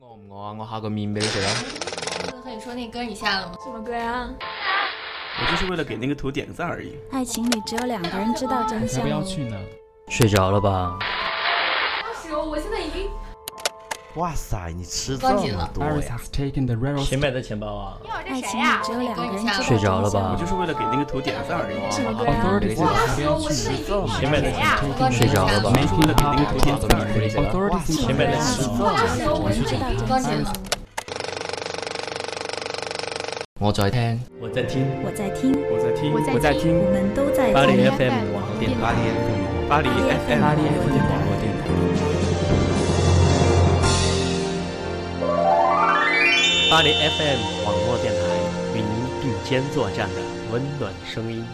我唔餓啊？我下個麵俾你食啊！和你说那歌你下了吗？什么歌呀、我就是为了给那个图点个赞而已。爱情里只有两个人知道真才相不。要去呢！睡着了吧？二十欧，我现在已经哇塞，你吃这光景么了多 Iris 呀！ has taken the rarest 谁买的钱包啊？爱情里只有两个人知道真相。睡着了吧我就是为了给那个图点个赞而已。什么歌呀、 authorities in 二十欧，我 Sabian 现在已经谁买的钱？睡着了吧 making the top 那个图点个赞而已。 10 authorities 谁 in 买的 Sabian 钱包？二十欧，我现在已经光景了，我在聽，我在听我在听，我在听，我在我听们都在巴黎听。 FM 网络电台。巴巴黎黎 FM 巴黎 FM 网络电台。巴黎 FM 网络电台与您并肩作战的温暖声音。